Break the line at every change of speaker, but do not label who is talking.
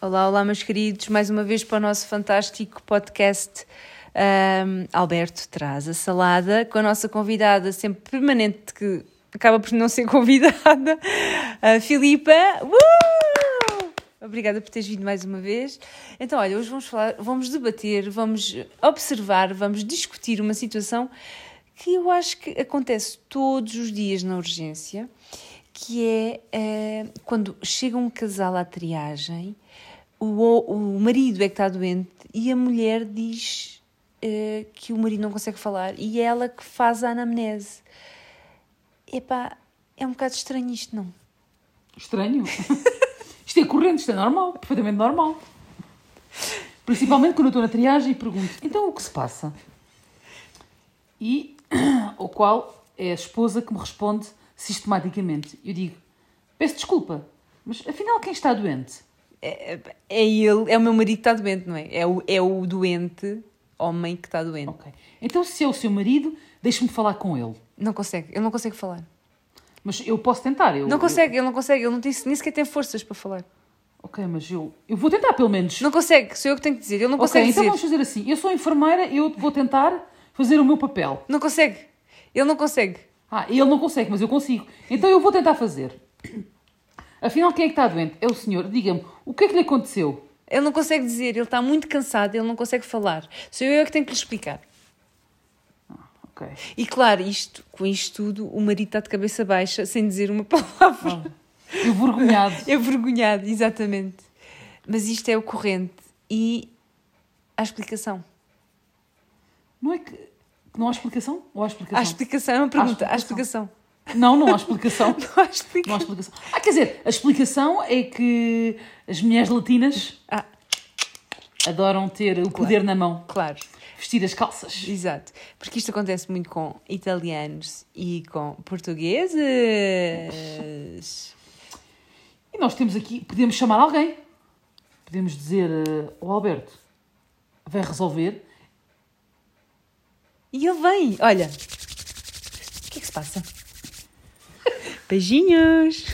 Olá, olá, meus queridos, mais uma vez para o nosso fantástico podcast. Um, Alberto traz a salada com a nossa convidada, sempre permanente, que acaba por não ser convidada, a Filipa. Uh! Obrigada por teres vindo mais uma vez. Então, olha, hoje vamos falar, vamos debater, vamos observar, vamos discutir uma situação que eu acho que acontece todos os dias na urgência, que é eh, quando chega um casal à triagem, o, o marido é que está doente e a mulher diz eh, que o marido não consegue falar e é ela que faz a anamnese. Epá, é um bocado estranho isto, não?
Estranho. isto é corrente, isto é normal, perfeitamente normal. Principalmente quando eu estou na triagem e pergunto: então o que se passa? E o qual é a esposa que me responde sistematicamente. Eu digo: peço desculpa, mas afinal quem está doente?
É, é ele, é o meu marido que está doente, não é? É o, é o doente, homem que está doente.
Ok. Então se é o seu marido, deixe-me falar com ele.
Não consegue, ele não consegue falar.
Mas eu posso tentar. Eu,
Não consegue, ele não consegue, ele não tem, nem sequer tem forças para falar.
eu- ok, mas eu, eu vou tentar pelo menos.
Não consegue, sou eu que tenho que dizer, ele não
ok,
consegue
então
dizer.
vamos fazer assim. Eu sou enfermeira, eu vou tentar fazer o meu papel.
Não consegue, ele não consegue.
Ah, ele não consegue, mas eu consigo. Então eu vou tentar fazer. Afinal, quem é que está doente? É o senhor. Diga-me, o que é que lhe aconteceu?
Ele não consegue dizer, ele está muito cansado, ele não consegue falar. Sou eu que tenho que lhe explicar.
Ok.
E claro, isto, com isto tudo, o marido está de cabeça baixa, sem dizer uma palavra.
Eu vergonhado.
É vergonhado, exatamente. Mas isto é ocorrente. E há explicação.
Não é que. que Não há explicação? Ou há explicação?
Há explicação, é uma pergunta. Há explicação.
Não, não há explicação.
Não há
Não há
explicação.
explicação. Ah, quer dizer, a explicação é que as mulheres latinas
Ah,
adoram ter o poder na mão,
claro.
vestir as calças.
Exato, porque isto acontece muito com italianos e com portugueses.
E nós temos aqui, podemos chamar alguém. Podemos dizer, eh, o Alberto vai resolver.
E ele vem, olha. O que é que se passa? Beijinhos!